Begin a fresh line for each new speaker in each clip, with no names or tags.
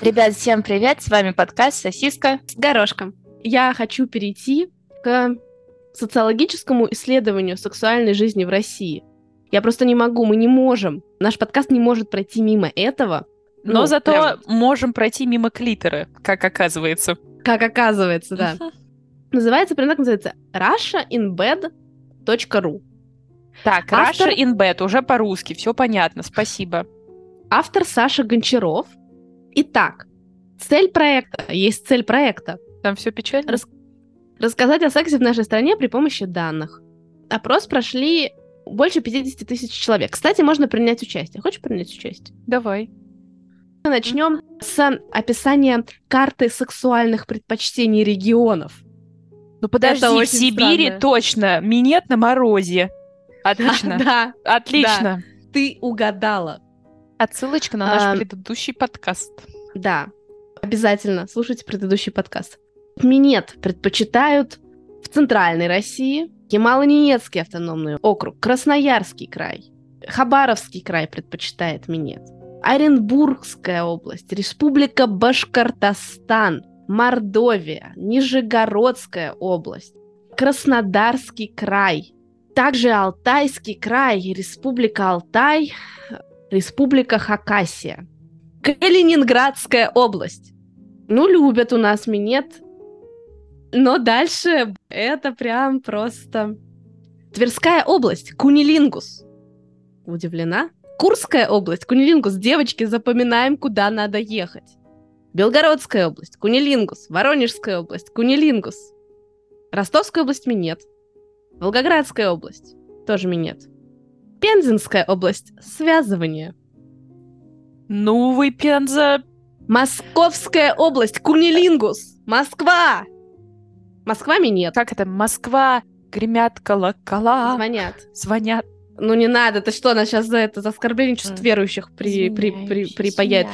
Ребят, всем привет! С вами подкаст «Сосиска».
с горошком. Я хочу перейти к социологическому исследованию сексуальной жизни в России. Я просто не могу, мы не можем. Наш подкаст не может пройти мимо этого.
Но
Ну,
зато
прям,
можем пройти мимо клитора, как оказывается.
как оказывается, да. Называется, прям так называется, russianbed.ru.
Так,
Автор-
Russia in bed, уже по-русски, все понятно, спасибо.
Автор Саша Гончаров. Итак, цель проекта, есть цель проекта,
Там все печально?
Рас- Рассказать о сексе в нашей стране при помощи данных. Опрос прошли больше 50 тысяч человек. Кстати, можно принять участие. Хочешь принять участие?
Давай.
Мы начнем с описания карты сексуальных предпочтений регионов.
Ну подожди,
Это
в
очень
Сибири
странно.
точно, минет на морозе. Отлично,
Да,
отлично.
ты угадала.
Отсылочка на наш
Ам.
предыдущий подкаст.
Да, обязательно слушайте предыдущий подкаст. Минет предпочитают в Центральной России, Ямало-Ненецкий автономный округ, Красноярский край, Хабаровский край предпочитает минет, Оренбургская область, Республика Башкортостан, Мордовия, Нижегородская область, Краснодарский край, также Алтайский край, Республика Алтай, Республика Хакасия. Калининградская область. Ну, любят у нас минет. Но дальше это прям просто... Тверская область, кунилингус. Удивлена? Курская область, кунилингус. Девочки, запоминаем, куда надо ехать. Белгородская область, кунилингус. Воронежская область, кунилингус. Ростовская область, минет. Волгоградская область, тоже минет. Пензенская область, связывание.
Ну вы, Пенза,
Московская область, Кунилингус, Москва. Москва минет.
как это, Москва, гремят колокола,
Звонят.
звонят.
Ну не надо, ты что, она сейчас за это за оскорбление чувств
М.
верующих при, при, при, припаяет.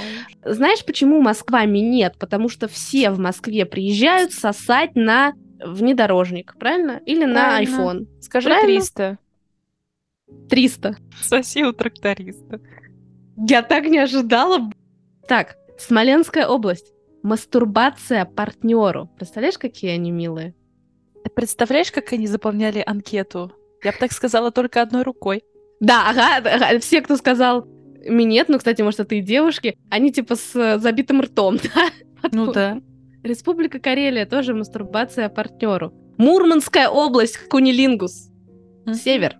Знаешь, почему Москва минет? Потому что все в Москве приезжают сосать на внедорожник, правильно? Или на
Правильно.
iPhone.
Скажи
Правильно?
300.
300.
Соси у тракториста.
Я так не ожидала. б- Так, Смоленская область. Мастурбация партнеру. Представляешь, какие они милые?
Ты представляешь, как они заполняли анкету? Я бы так сказала только одной рукой.
Да, ага, ага, все, кто сказал минет, ну, кстати, может, это и девушки, они типа с э, забитым ртом, да?
Ну да.
Республика Карелия тоже мастурбация партнеру. Мурманская область, кунилингус, север.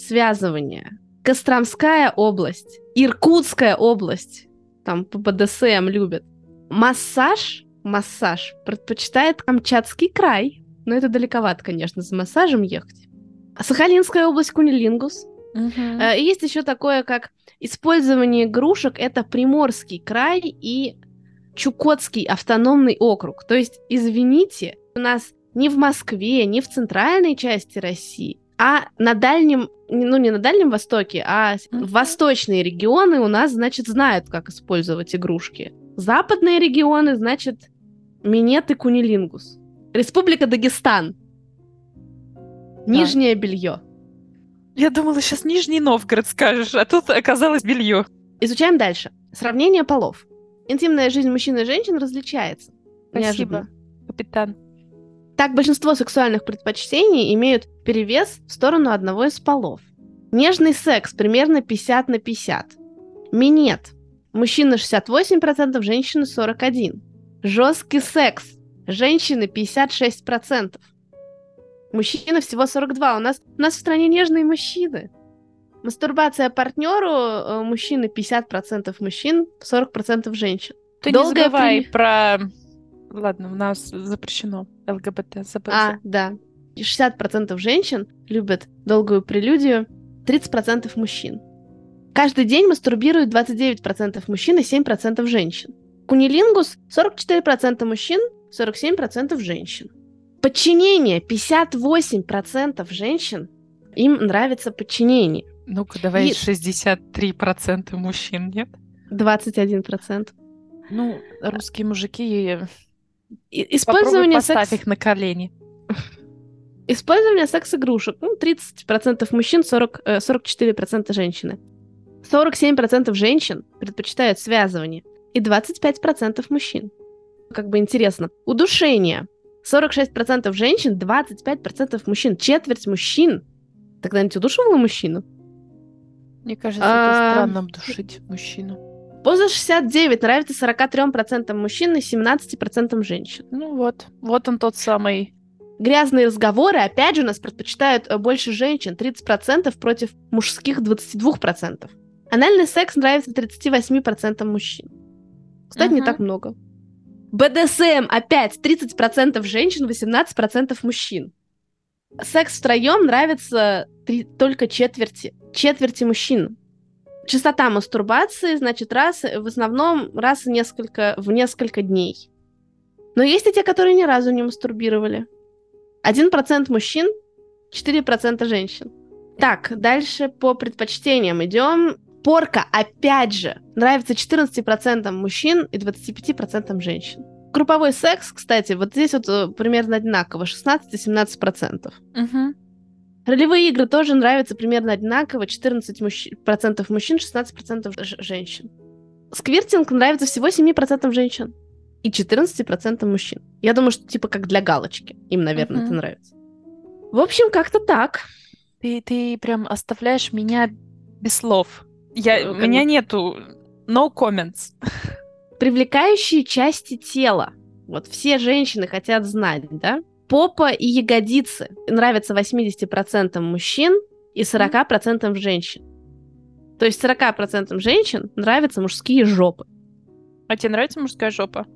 Связывание. Костромская область, Иркутская область, там по БДСМ любят. Массаж, массаж предпочитает Камчатский край, но это далековато, конечно, за массажем ехать. Сахалинская область, кунилингус,
Мгм.
Э, Есть еще такое, как использование игрушек. Это Приморский край и Чукотский автономный округ. То есть, извините, у нас не в Москве, не в центральной части России, а на дальнем, ну не на дальнем Востоке, а с-
Мгм.
восточные регионы у нас, значит, знают, как использовать игрушки. Западные регионы, значит, минет и кунилингус. Республика Дагестан. Нижнее белье.
Я думала, сейчас Нижний Новгород скажешь, а тут оказалось белье.
Изучаем дальше. Сравнение полов. Интимная жизнь мужчин и женщин различается. Неожиданно.
капитан.
Так, большинство сексуальных предпочтений имеют перевес в сторону одного из полов. Нежный секс примерно 50 на 50. Минет. Мужчина 68%, женщины 41%. Жесткий секс. Женщины 56%. Мужчина всего 42. У нас, у нас в стране нежные мужчины. Мастурбация партнеру э, мужчины 50% мужчин, 40% женщин.
Ты
Долгое
не забывай
при-
про... Ладно, у нас запрещено ЛГБТ. забыл.
А, да. 60% женщин любят долгую прелюдию, 30% мужчин. Каждый день мастурбируют 29% мужчин и 7% женщин. Кунилингус 44% мужчин, 47% женщин. Подчинение 58% женщин им нравится подчинение.
Ну-ка, давай
И-
63% мужчин, нет?
21%.
Ну, русские мужики...
И- использование секс...
их на колени.
Использование секс-игрушек. Ну, 30% мужчин, 40, э, 44% женщины. 47% женщин предпочитают связывание. и 25% мужчин. Как бы интересно. Удушение. 46% женщин, 25% мужчин. Четверть мужчин. Ты когда-нибудь удушивала мужчину?
Мне кажется, это
А,
странно душить мужчину.
Поза 69 нравится 43% мужчин и 17% женщин.
Ну вот, вот он тот самый.
Грязные разговоры, опять же, у нас предпочитают э, больше женщин, 30% против мужских 22%. Анальный секс нравится 38% мужчин. Кстати, не
Мгм.
так много. БДСМ опять 30% женщин, 18% мужчин. Секс втроем нравится три- только четверти, четверти мужчин. Частота мастурбации, значит, раз, э, в основном раз в несколько, в несколько дней. Но есть и те, которые ни разу не мастурбировали. 1% мужчин, 4% женщин. Так, дальше по предпочтениям идем. Порка, опять же, нравится 14% мужчин и 25% женщин. Групповой секс, кстати, вот здесь вот э, примерно одинаково, 16-17%.
Мгм.
Ролевые игры тоже нравятся примерно одинаково, 14% мужч- процентов мужчин, 16% ж- женщин. Сквиртинг нравится всего 7% женщин и 14% мужчин. Я думаю, что типа как для галочки. Им, наверное,
Мгм.
это нравится. В общем, как-то так.
Ты, ты прям оставляешь меня без слов. Я,
Ну,
у
как
меня
бы-
нету no comments.
Привлекающие части тела. Вот все женщины хотят знать, да? Попа и ягодицы нравятся 80% мужчин и 40% женщин. То есть 40% женщин нравятся мужские жопы.
А тебе нравится мужская жопа?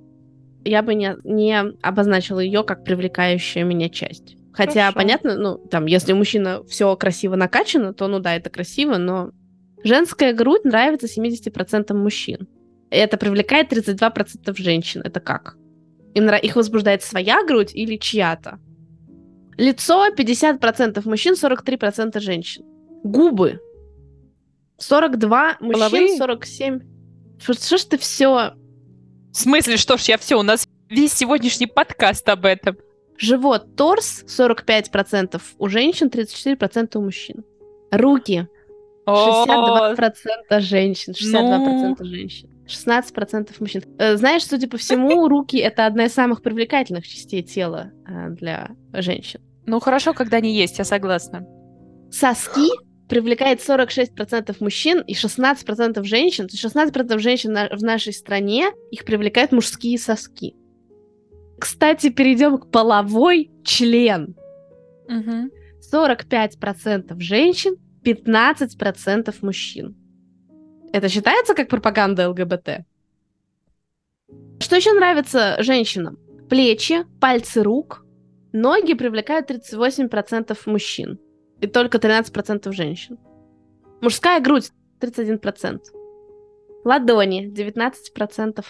Я бы не, не обозначила ее как привлекающая меня часть. Хотя,
Хорошо.
понятно, ну, там, если у мужчины все красиво накачано, то, ну да, это красиво, но женская грудь нравится 70% мужчин. И Это привлекает 32% женщин. Это как? Им нра- их возбуждает своя грудь или чья-то? Лицо 50% мужчин, 43% женщин. Губы 42 мужчин,
Половые?
47. Что, что ж ты все
В смысле, что ж, я все, у нас весь сегодняшний подкаст об этом.
Живот, торс 45% у женщин, 34% у мужчин. Руки
О,
62% женщин, 62% женщин, 16% мужчин. Э, Знаешь, судя по всему, руки это одна из самых привлекательных частей тела э, для женщин.
Ну хорошо, когда не есть, я согласна.
Соски привлекает 46% мужчин и 16% женщин. То есть 16% женщин на- в нашей стране их привлекают мужские соски. Кстати, перейдем к половой член. 45% женщин, 15% мужчин. Это считается как пропаганда ЛГБТ? Что еще нравится женщинам? Плечи, пальцы рук, ноги привлекают 38% мужчин и только 13% женщин. Мужская грудь 31%. Ладони 19%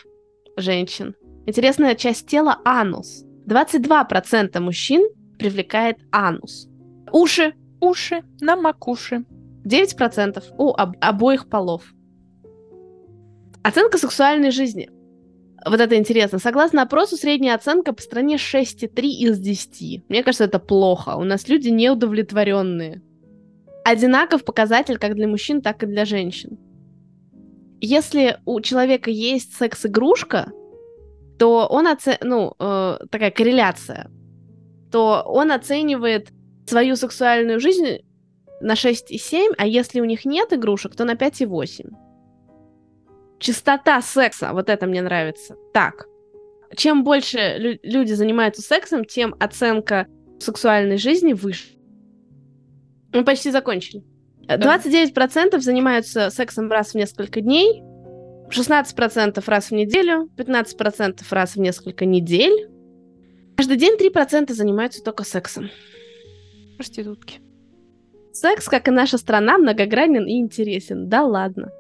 женщин. Интересная часть тела анус. 22% мужчин привлекает анус. Уши
Уши на макуши.
9% у об- обоих полов. Оценка сексуальной жизни. Вот это интересно. Согласно опросу, средняя оценка по стране 6,3 из 10. Мне кажется, это плохо. У нас люди неудовлетворенные. Одинаков показатель как для мужчин, так и для женщин. Если у человека есть секс-игрушка, то он оце... ну, э, такая корреляция, то он оценивает свою сексуальную жизнь на 6,7, а если у них нет игрушек, то на 5,8. Частота секса, вот это мне нравится. Так, чем больше лю- люди занимаются сексом, тем оценка сексуальной жизни выше. Мы почти закончили. Э, 29% занимаются сексом раз в несколько дней, 16% раз в неделю, 15% раз в несколько недель. Каждый день 3% занимаются только сексом.
Проститутки.
Секс, как и наша страна, многогранен и интересен. Да ладно.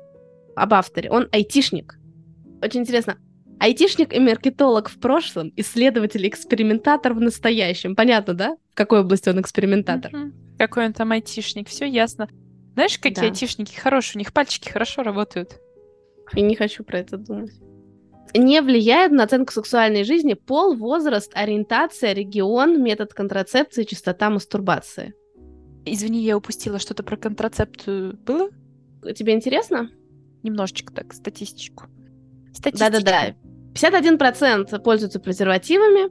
Об авторе. Он айтишник. Очень интересно. Айтишник и маркетолог в прошлом, исследователь и экспериментатор в настоящем. Понятно, да? В какой области он экспериментатор?
Мгм. Какой он там айтишник, все ясно. Знаешь, какие
Да.
айтишники хорошие, у них пальчики хорошо работают.
Я не хочу про это думать. Не влияет на оценку сексуальной жизни пол, возраст, ориентация, регион, метод контрацепции, частота мастурбации.
Извини, я упустила что-то про контрацепцию. Было?
Тебе интересно?
Немножечко так, статистику.
Статистика.
Да-да-да. 51% пользуются презервативами,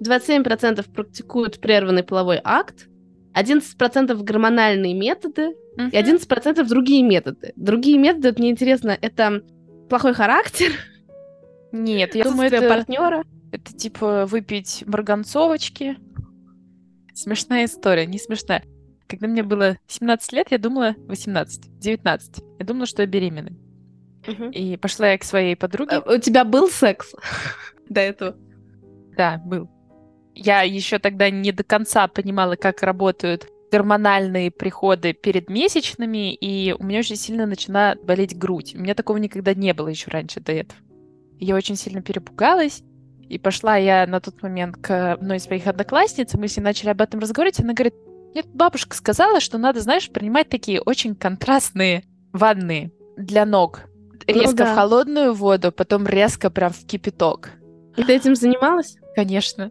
27% практикуют прерванный половой акт, 11% гормональные методы
Мгм.
и 11% другие методы. Другие методы, вот мне интересно, это плохой характер,
Нет, я думаю,
отсутствие
это,
партнера.
это типа выпить марганцовочки. Смешная история, не смешная. Когда мне было 17 лет, я думала 18, 19. Я думала, что я беременна. И пошла я к своей подруге.
Э, У тебя был секс до этого?
Да, был. Я еще тогда не до конца понимала, как работают гормональные приходы перед месячными, и у меня очень сильно начала болеть грудь. У меня такого никогда не было еще раньше до этого. Я очень сильно перепугалась, и пошла я на тот момент к одной из своих одноклассниц, и мы с ней начали об этом разговаривать, она говорит, нет, бабушка сказала, что надо, знаешь, принимать такие очень контрастные ванны для ног. Резко
да.
в холодную воду, потом резко прям в кипяток.
И ты этим занималась?
Конечно.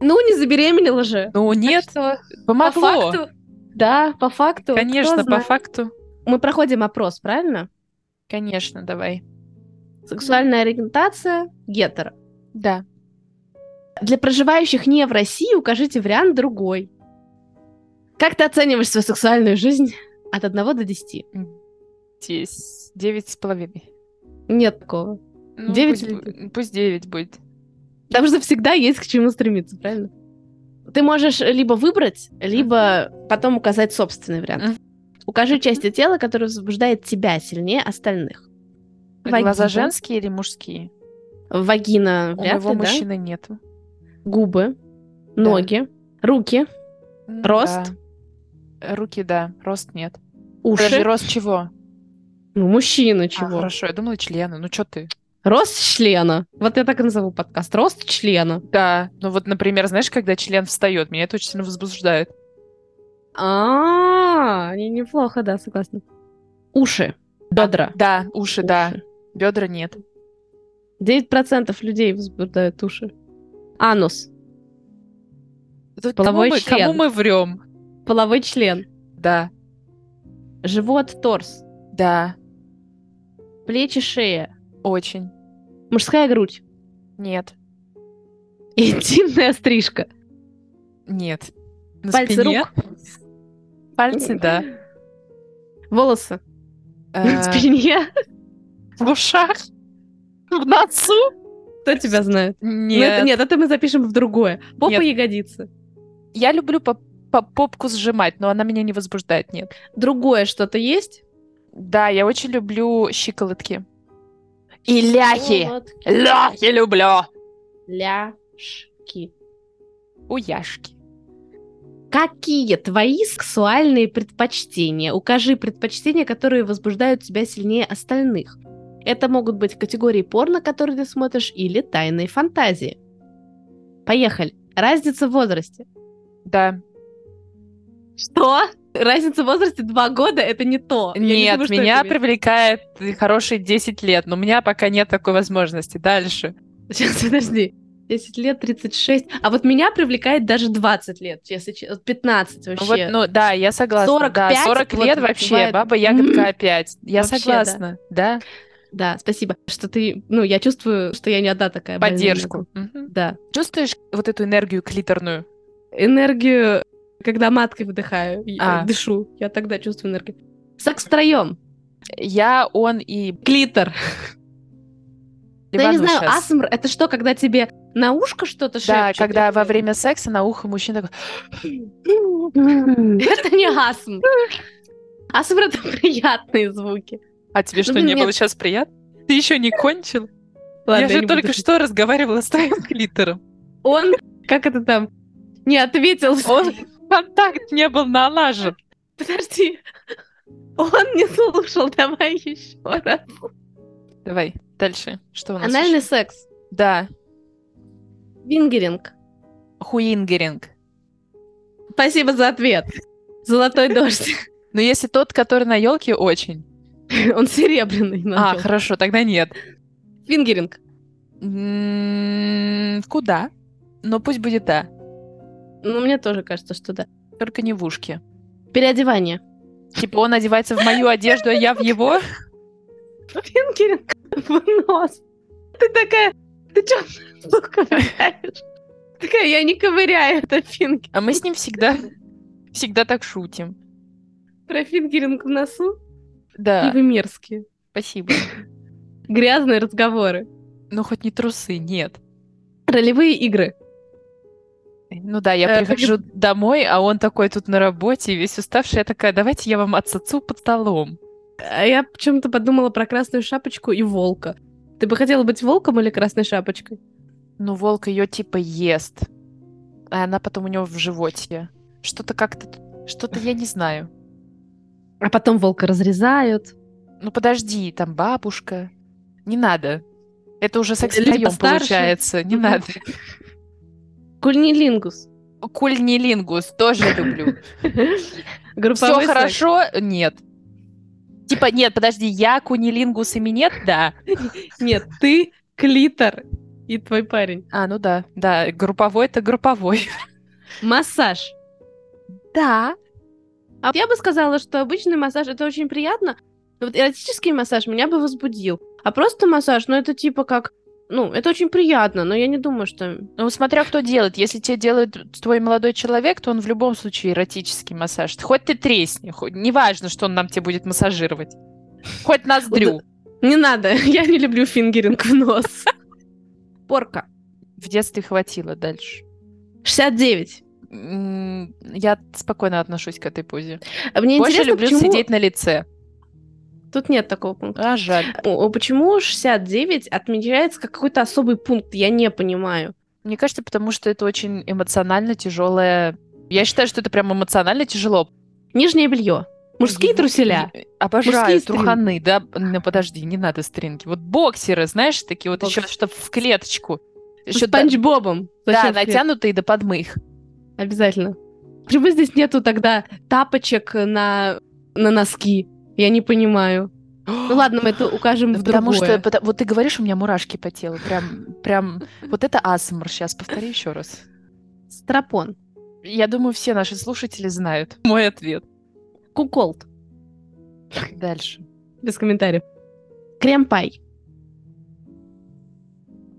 Ну, не забеременела же.
Ну нет,
Что, по
помогло.
факту? Да, по факту.
Конечно, по
кто знает.
факту.
Мы проходим опрос, правильно?
Конечно, давай.
Сексуальная ориентация гетера.
Да.
Для проживающих не в России укажите вариант другой. Как ты оцениваешь свою сексуальную жизнь от 1 до 10?
Здесь девять с половиной.
Нет такого.
Ну,
Девять
пусть
или
бу- Пусть девять будет.
Потому что всегда есть к чему стремиться, правильно? Ты можешь либо выбрать, либо потом указать собственный вариант. Укажи части тела, которая возбуждает тебя сильнее остальных.
А Глаза
Вагина.
женские или мужские?
Вагина
У
вряд
моего
ли, да?
мужчины нету.
Губы, ноги, руки,
Ну,
Рост?
да. Руки, да. Рост нет.
уши.
Подожди, рост чего?
Ну, мужчина
А,
чего?
хорошо, я думала члены. Ну что ты?
Рост члена. Вот я так и назову подкаст. Рост члена.
Да. Ну вот, например, знаешь, когда член встает, меня это очень сильно возбуждает.
А, не- неплохо, да, согласна. Уши. Бедра.
Да, уши, да.
Уши.
Бедра нет.
9% людей возбуждают уши. Анус.
Тут
Половой
кому, мы,
член.
кому мы врем?
Половой член.
Да.
Живот, торс.
Да.
Плечи, шея.
Очень.
Мужская грудь.
Нет.
Интимная стрижка.
Нет. На
Пальцы
спине?
рук.
Пальцы, да.
Волосы. На
Э,
спине.
В ушах? В носу?
Кто тебя знает? Ну, это-
Нет.
Нет, это мы запишем в другое. Попа
Нет.
ягодицы.
Я люблю по- по- попку сжимать, но она меня не возбуждает, нет.
Другое что-то есть?
Да, я очень люблю щиколотки. И ляхи.
Щиколотки.
Ляхи люблю.
Ляшки.
Уяшки.
Какие твои сексуальные предпочтения? Укажи предпочтения, которые возбуждают тебя сильнее остальных. Это могут быть категории порно, которые ты смотришь, или тайные фантазии. Поехали. Разница в возрасте.
Да.
Что? Разница в возрасте два года — это не то. Я не
Нет,
думаю, что
меня
это имеет-
привлекает хорошие 10 лет, но у меня пока нет такой возможности. Дальше.
Сейчас, подожди. 10 лет, 36. А вот меня привлекает даже 20 лет, если честно. 15
Ну
вообще.
вот, ну да, я согласна.
45
да, 40
вот
лет вообще,
бывает,
баба ягодка
м,
опять. Я
вообще, да.
согласна, да.
Да, спасибо, что ты... Ну, я чувствую, что я не одна такая. больная на
Поддержку.
голову.
Мгм.
Да.
Чувствуешь вот эту энергию клиторную?
энергию, когда маткой выдыхаю, я
А.
дышу. Я тогда чувствую энергию. Секс втроем.
Я, он и
Клитор. Да я не
Ливану
знаю,
щас.
асмр — это что, когда тебе на ушко что-то
Да,
шепчет?
когда во время секса на ухо мужчина такой...
Это не асмр. Асмр — это приятные звуки.
А тебе что,
блин,
не было
Ну, нет.
сейчас приятно? Ты еще не кончил?
Ладно,
я же
не буду
только
шутить.
что разговаривала с твоим клитором.
Он, как это там, не ответил.
Он контакт не был налажен.
Подожди. Он не слушал, давай еще раз.
Давай, дальше. Что у нас
Анальный
еще?
секс.
Да,
Вингеринг.
хуингеринг.
Спасибо за ответ. Золотой дождь.
Но Ну, если тот, который на елке, очень.
Он серебряный.
А,
начал.
хорошо, тогда нет.
Фингеринг.
М, Куда? Но пусть будет да.
Ну, мне тоже кажется, что да.
Только не в ушке.
Переодевание.
Типа он одевается в мою одежду, а я в его.
Фингеринг в нос. Ты такая, ты что ковыряешь? Такая, я не ковыряю, это финки.
А мы с ним всегда, всегда так шутим.
Про фингеринг в носу? И
Да,
вы мерзкие.
спасибо.
Грязные разговоры.
Ну, хоть не трусы, нет.
Ролевые игры.
Ну да, я
Э,
прихожу домой, а он такой тут на работе, весь уставший. Я такая, давайте я вам отсоцу под столом.
А я почему-то подумала про красную шапочку и волка. Ты бы хотела быть волком или красной шапочкой?
Ну, волк ее типа ест. А она потом у него в животе. Что-то как-то... тут- Что-то я не знаю.
А потом волка разрезают.
Ну, подожди, там бабушка. Не надо. Это уже секс
Люди
втроём
постарше.
получается. Не
Мгм.
надо.
Кульнилингус.
Кульнилингус тоже люблю. Все
Групповой секс.
хорошо? Нет. Типа, нет, подожди, я кунилингус ими нет? Да.
Нет, ты клитор и твой парень.
А, ну да, да, групповой это групповой.
Массаж.
Да.
А я бы сказала, что обычный массаж это очень приятно. но вот эротический массаж меня бы возбудил. А просто массаж, ну это типа как... Ну, это очень приятно, но я не думаю, что...
Ну, смотря кто делает. Если тебе делает твой молодой человек, то он в любом случае эротический массаж. Хоть ты тресни, хоть... неважно, что он нам тебе будет массажировать. Хоть ноздрю.
Не надо, я не люблю фингеринг в нос. Порка.
В детстве хватило дальше.
69.
М, Я спокойно отношусь к этой позе.
А Мне
Больше
интересно,
люблю
почему...
сидеть на лице.
Тут нет такого пункта.
А, жаль.
О, Почему 69 отмечается как какой-то особый пункт? Я не понимаю.
Мне кажется, потому что это очень эмоционально тяжелое. Я считаю, что это прям эмоционально тяжело.
Нижнее белье. Мужские
Е-
труселя.
е- Обожаю
Мужские стринги.
труханы, да? Ну, подожди, не надо стринги. Вот боксеры, знаешь, такие вот еще,
Бокс.
что в клеточку.
С
Еще
Спанч Бобом.
да,
Зачем тебе?
натянутые до подмых.
Обязательно. Почему здесь нету тогда тапочек на, на носки? Я не понимаю. Ну ладно, мы это укажем в
Потому
другое.
что, пота- вот ты говоришь, у меня мурашки по телу, прям, прям, вот это асмр, сейчас повтори еще раз.
Стропон.
Я думаю, все наши слушатели знают мой ответ.
Куколт.
Дальше.
Без комментариев. Крем-пай.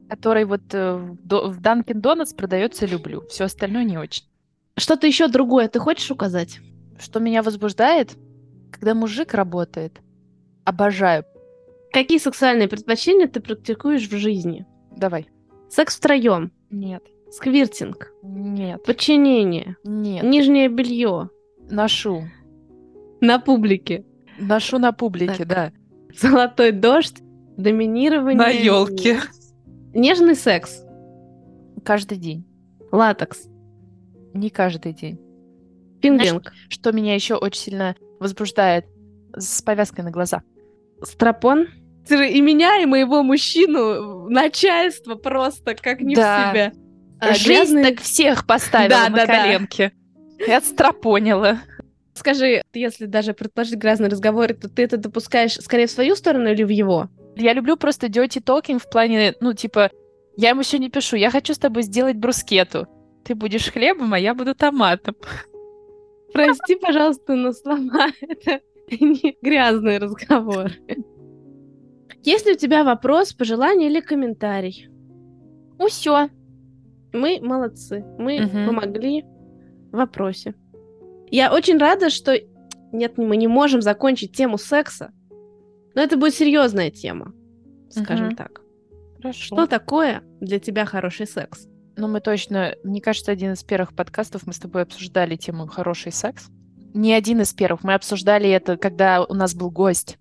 Который вот э, в до- в Данкин Донатс продается люблю, все остальное не очень.
Что-то еще другое ты хочешь указать?
Что меня возбуждает, когда мужик работает. Обожаю.
Какие сексуальные предпочтения ты практикуешь в жизни?
Давай.
Секс втроем.
Нет.
Сквиртинг.
Нет.
Подчинение.
Нет.
Нижнее белье.
Ношу.
На публике.
Ношу на публике,
Так.
да.
Золотой дождь. Доминирование.
ёлке.
Нежный секс.
Каждый день.
Латекс.
Не каждый день.
Пингинг.
Что меня еще очень сильно возбуждает с повязкой на глаза.
Стропон. И меня, и моего мужчину начальство просто как
не в себя.
А,
Жизнь
грязные-
так всех поставила
Да,
на
да, да.
коленки. И отстропонила.
Скажи, если даже предположить грязные разговоры, то ты это допускаешь скорее в свою сторону или в его?
Я люблю просто dirty talking в плане, ну, типа, я ему сегодня пишу, я хочу с тобой сделать брускету. Ты будешь хлебом, а я буду томатом.
Прости, пожалуйста, но слова это не грязные разговоры. Есть ли у тебя вопрос, пожелание или комментарий?
Ну,
Усё.
Мы молодцы. Мы
Мгм.
помогли в вопросе. Я очень рада, что... Нет, мы не можем закончить тему секса. Но это будет серьезная тема, скажем
Мгм.
так.
Хорошо.
Что такое для тебя хороший секс?
Ну, мы точно, мне кажется, один из первых подкастов мы с тобой обсуждали тему «Хороший секс». Не один из первых, мы обсуждали это, когда у нас был гость.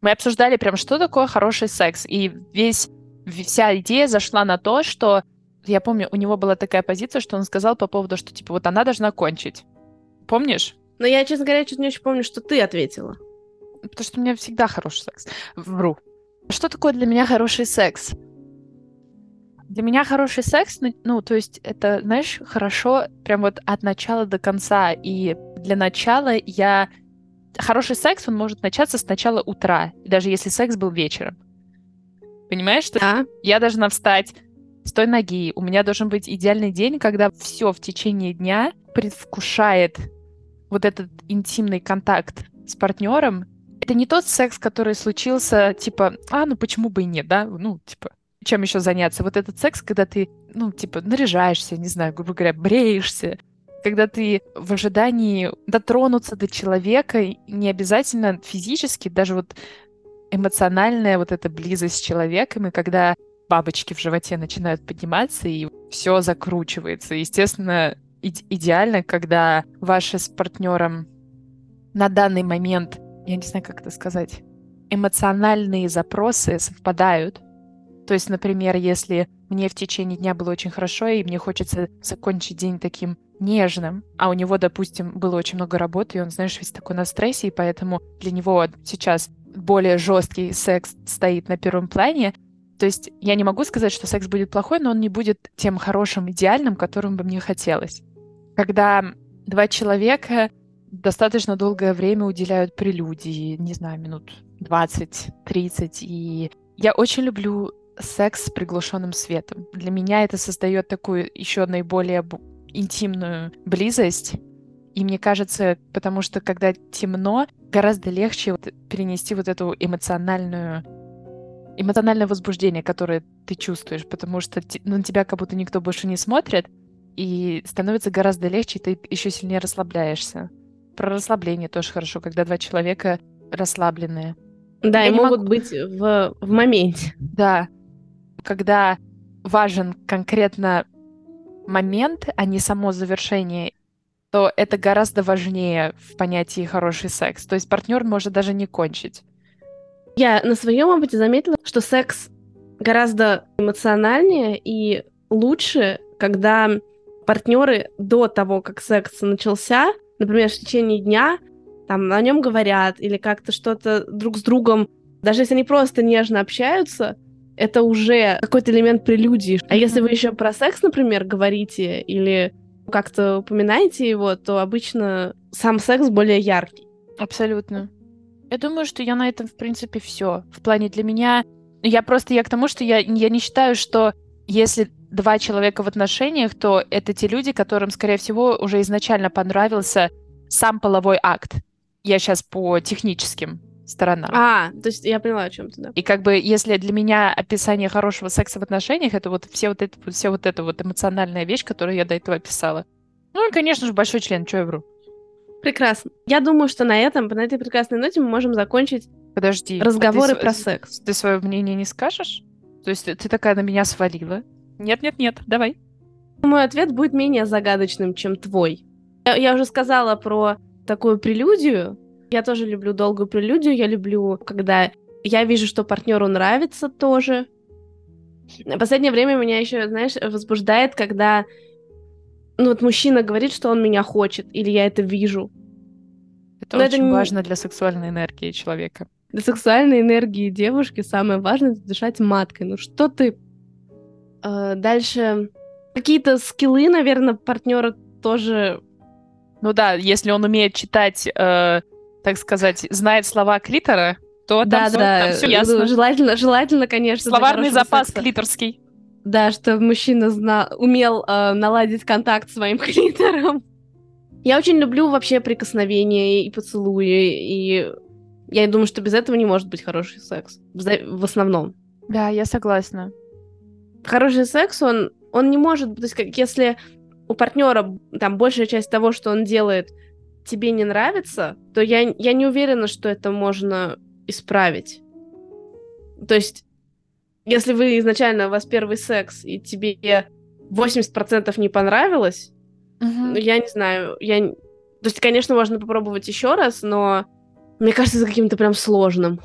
Мы обсуждали прям, что такое хороший секс. И весь, в- вся идея зашла на то, что, я помню, у него была такая позиция, что он сказал по поводу, что, типа, вот она должна кончить. Помнишь?
Но я, честно говоря, чуть не очень помню, что ты ответила.
Потому что у меня всегда хороший секс. Вру. Что такое для меня хороший секс? Для меня хороший секс, ну, ну, то есть это, знаешь, хорошо прям вот от начала до конца. И для начала я... Хороший секс, он может начаться с начала утра, даже если секс был вечером. Понимаешь, что
Да.
я должна встать с той ноги. У меня должен быть идеальный день, когда все в течение дня предвкушает вот этот интимный контакт с партнером. Это не тот секс, который случился, типа, а, ну почему бы и нет, да? Ну, типа, чем еще заняться? Вот этот секс, когда ты, ну, типа, наряжаешься, не знаю, грубо говоря, бреешься, когда ты в ожидании дотронуться до человека, и не обязательно физически, даже вот эмоциональная вот эта близость с человеком, и когда бабочки в животе начинают подниматься, и все закручивается. Естественно, иде- идеально, когда ваши с партнером на данный момент, я не знаю, как это сказать, эмоциональные запросы совпадают. То есть, например, если мне в течение дня было очень хорошо, и мне хочется закончить день таким нежным, а у него, допустим, было очень много работы, и он, знаешь, весь такой на стрессе, и поэтому для него сейчас более жесткий секс стоит на первом плане. То есть я не могу сказать, что секс будет плохой, но он не будет тем хорошим, идеальным, которым бы мне хотелось. Когда два человека достаточно долгое время уделяют прелюдии, не знаю, минут 20-30, и я очень люблю секс с приглушенным светом. Для меня это создает такую еще наиболее бу- интимную близость. И мне кажется, потому что когда темно, гораздо легче вот перенести вот эту эмоциональную эмоциональное возбуждение, которое ты чувствуешь, потому что те- ну, на тебя как будто никто больше не смотрит, и становится гораздо легче, и ты еще сильнее расслабляешься. Про расслабление тоже хорошо, когда два человека расслабленные.
Да,
Я
и
не
могут
могу.
быть в, в моменте.
Да, когда важен конкретно момент, а не само завершение, то это гораздо важнее в понятии хороший секс. То есть партнер может даже не кончить.
Я на своем опыте заметила, что секс гораздо эмоциональнее и лучше, когда партнеры до того, как секс начался, например, в течение дня, там о нем говорят или как-то что-то друг с другом, даже если они просто нежно общаются, это уже какой-то элемент прелюдии. А если вы
Мгм.
еще про секс, например, говорите или как-то упоминаете его, то обычно сам секс более яркий.
Абсолютно. Я думаю, что я на этом, в принципе, все. В плане для меня... Я просто, я к тому, что я, я не считаю, что если два человека в отношениях, то это те люди, которым, скорее всего, уже изначально понравился сам половой акт. Я сейчас по техническим сторонам.
А, то есть я поняла, о чем ты, да.
И как бы, если для меня описание хорошего секса в отношениях, это вот все вот это, все вот эта вот эмоциональная вещь, которую я до этого описала. Ну, и, конечно же, большой член, что я вру?
Прекрасно. Я думаю, что на этом, на этой прекрасной ноте мы можем закончить
Подожди. а ты
разговоры
с-
про
с-
секс.
Ты свое мнение не скажешь? То есть ты, ты такая на меня свалила? Нет, нет, нет, давай.
Мой ответ будет менее загадочным, чем твой. Я, я уже сказала про такую прелюдию. Я тоже люблю долгую прелюдию. Я люблю, когда я вижу, что партнеру нравится тоже. В последнее время меня еще, знаешь, возбуждает, когда ну, вот мужчина говорит, что он меня хочет, или я это вижу.
Это
Но это
очень
не-
важно для сексуальной энергии человека.
Для сексуальной энергии девушки самое важное это дышать маткой. Ну что ты? Э, дальше какие-то скиллы, наверное, партнера тоже.
Ну да, если он умеет читать, э, так сказать, знает слова клитора, то там всё- там всё
ну,
ясно.
желательно, желательно, конечно. для
Словарный
хорошего
запас
секса.
клиторский.
Да, что мужчина зна- умел э, наладить контакт с своим клитором. Я очень люблю вообще прикосновения и поцелуи, и я думаю, что без этого не может быть хороший секс. В за- в основном.
Да, я согласна.
хороший секс, он, он не может, то есть как если у партнера там большая часть того, что он делает, тебе не нравится, то я, я не уверена, что это можно исправить. То есть, если вы изначально, у вас первый секс, и тебе 80% не понравилось, ну, я не знаю, я... н- То есть, конечно, можно попробовать еще раз, но мне кажется, это каким-то прям сложным.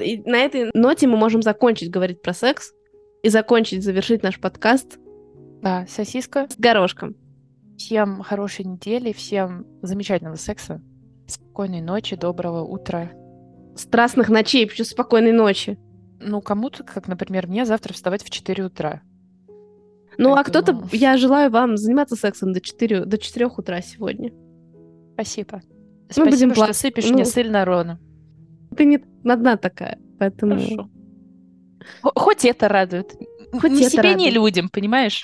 И на этой ноте мы можем закончить говорить про секс и закончить, завершить наш подкаст
Да, сосиска.
с горошком.
Всем хорошей недели, всем замечательного секса. Спокойной ночи, доброго утра.
Страстных ночей, причем спокойной ночи.
Ну, кому-то, как, например, мне завтра вставать в 4 утра.
Ну, а
Поэтому-
кто-то... Я желаю вам заниматься сексом до 4, до 4 утра сегодня.
Спасибо.
Мы
Спасибо,
будем
что
пла-
сыпешь
ну.
мне сыль на рану.
Ты не одна такая, поэтому...
Хорошо. Хо- Хоть это радует.
Ну, Хоть
ни
это
себе, ни
радует.
людям, понимаешь?